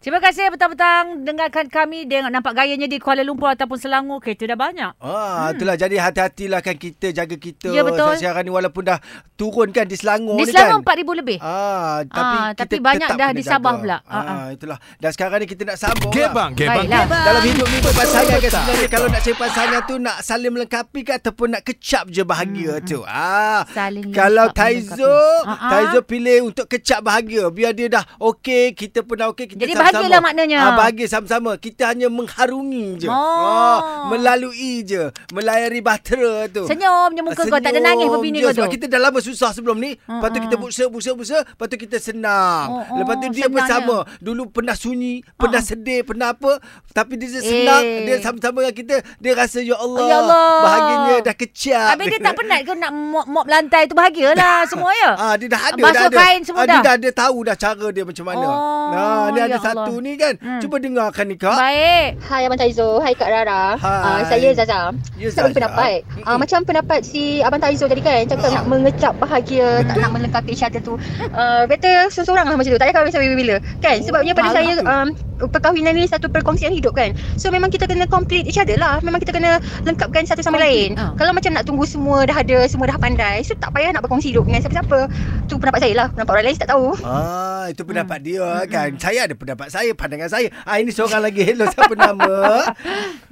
Terima kasih petang-petang dengarkan kami dengan nampak gayanya di Kuala Lumpur ataupun Selangor kereta dah banyak. Ah, hmm. itulah jadi hati-hatilah kan kita jaga kita. Ya, betul. Sekarang ni walaupun dah turun kan di Selangor Di ni Selangor kan. 4000 lebih. Ah, tapi, Ah, kita tapi banyak tetap dah kena di Sabah jaga. pula. Ah, Ah, itulah. Dan sekarang ni kita nak sambung. Lah. Gebang, gebang, Baiklah. gebang. Dalam hidup ni tu pasangan kan sebenarnya kalau nak cari pasangan tu nak saling melengkapi ke ataupun nak kecap je bahagia hmm. tu. Ah. Saling kalau lengkap Taizo, melengkapi. Ah, ah. Taizo pilih untuk kecap bahagia. Biar dia dah okey, kita pun dah okey, kita Jadi sama-sama. bahagialah maknanya. Ah, bahagia sama-sama. Kita hanya mengharungi je. Oh. Ah, melalui je. Melayari bahtera tu. Senyum je muka kau tak ada nangis pun bini je. kau tu. Sebab kita dah lama susah sebelum ni. Lepas tu Mm-mm. kita busa, busa, busa. Lepas tu kita senang. Oh, oh, Lepas tu dia pun senang sama. Dulu pernah sunyi, pernah sedih, pernah apa. Tapi dia Ah. senang. Eh. Dia sama-sama dengan kita. Dia rasa, ya Allah. Ya Allah. Bahagianya dah kecap. Habis dia tak penat ke nak mop-mop lantai tu bahagialah semua ya. Ah dia dah ada Basuh dah ada. kain semua ah, dia dah. dah ada tahu dah cara dia macam mana. Oh, nah, dia ya ada satu Allah. ni kan. Hmm. Cuba dengarkan ni kak. Baik. Hai Abang Taizo, hai Kak Rara. Hai. Uh, saya Zaza. Ya, Saya Zaza. bagi pendapat. Ah, Uh, Mm-mm. macam pendapat si Abang Taizo tadi kan, cakap Ah. nak mengecap bahagia, tak nak melengkapi each other tu. Uh, better seseorang lah macam tu. Tak payah kahwin sampai bila-bila. Kan? Sebabnya pada malah saya Oh, tu. um, perkahwinan ni satu perkongsian hidup kan. So memang kita kena complete each other lah. Memang kita kena lengkapkan satu sama Complete, lain. ah. Kalau macam nak tunggu semua dah ada, semua dah pandai, so tak payah nak berkongsi hidup dengan siapa-siapa. Tu pendapat saya lah. Pendapat orang lain saya tak tahu. Ah, itu pendapat Hmm. dia kan. Saya ada pendapat saya, pandangan saya. Ah ini seorang lagi. Hello, siapa nama?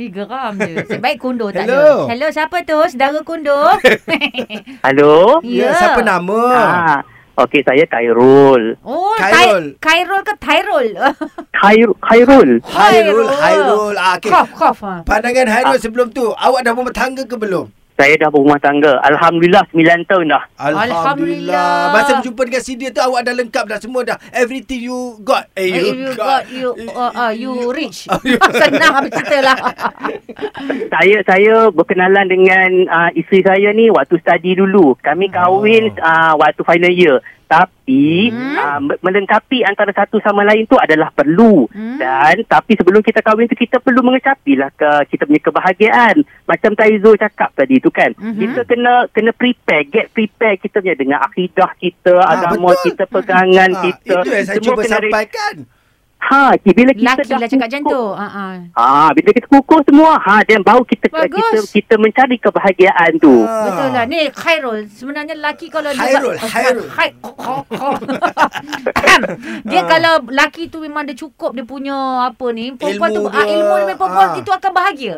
Ih, geram je. Sebaik kundur tak Hello. ada. Hello, siapa tu? Saudara kundur? Hello. Ya, siapa nama? Ah, okey saya Khairul. Oh, Khairul. Khairul. Khairul ke Thairul? Khair Khairul. Hairul, Hairul. Ah, okey. Kof, kof. ah. Pandangan Hairul sebelum tu, awak dah bertangga ke belum? Saya dah berumah tangga. Alhamdulillah 9 tahun dah. Alhamdulillah. Masa berjumpa dengan si dia tu awak dah lengkap dah semua dah. Everything you got. Eh, You, you got, you, uh, uh, you rich. Senang apa cerita lah. Saya saya berkenalan dengan uh, isteri saya ni waktu study dulu. Hmm. Kami kahwin uh, waktu final year. Tapi hmm. uh, me- melengkapi antara satu sama lain tu adalah perlu. Hmm. Dan tapi sebelum kita kahwin tu kita perlu mengecapi lah ke kita punya kebahagiaan. Macam Taizo cakap tadi tu kan. Hmm. Mhm. Kita kena kena prepare, get prepare kita punya dengan akidah kita, Ah, agama betul. kita, pegangan Ah, kita. itu yang saya Semua cuba kena re- sampaikan. Ha, ki- bila kita Laki dah lah cakap macam kukuh- tu. Ah, ah. Ah, bila kita kukuh semua, ha dan baru kita Bagus. kita kita mencari kebahagiaan tu. Ah. Betul lah. Ni Khairul. Sebenarnya laki kalau dia... Khairul, Khairul. Khai- Ahem. dia Ah. kalau laki tu memang dia cukup dia punya apa ni. Perempuan Ilmu tu... ah, dia. ilmu dia punya perempuan Ah. itu akan bahagia.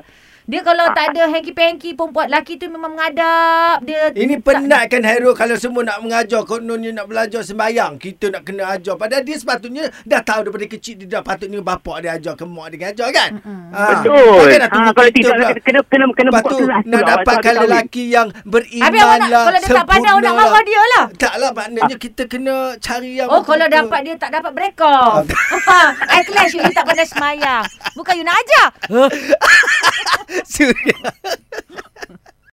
Dia kalau tak ada hanky-panky perempuan laki tu memang mengadap. Dia Ini tak- penat kan Hairul kalau semua nak mengajar kononnya nak belajar sembahyang kita nak kena ajar padahal dia sepatutnya dah tahu daripada kecil dia dah patutnya bapak dia ajar ke mak dia ajar kan Hmm. ha. Betul. Takkan Ha, nak tunggu kalau kita tidak pula. kena kena kena, kena Lepas buka tu kelas nak lah, dapatkan kalau tak kahwin. lelaki yang beriman Habis awak nak, lah kalau dia tak pandai awak nak sempurna marah dia lah. tak lah maknanya kita kena cari yang Oh kalau betul-betul. dapat dia tak dapat break off. I clash you, you tak pandai semayang. Bukan you nak ajar. Suria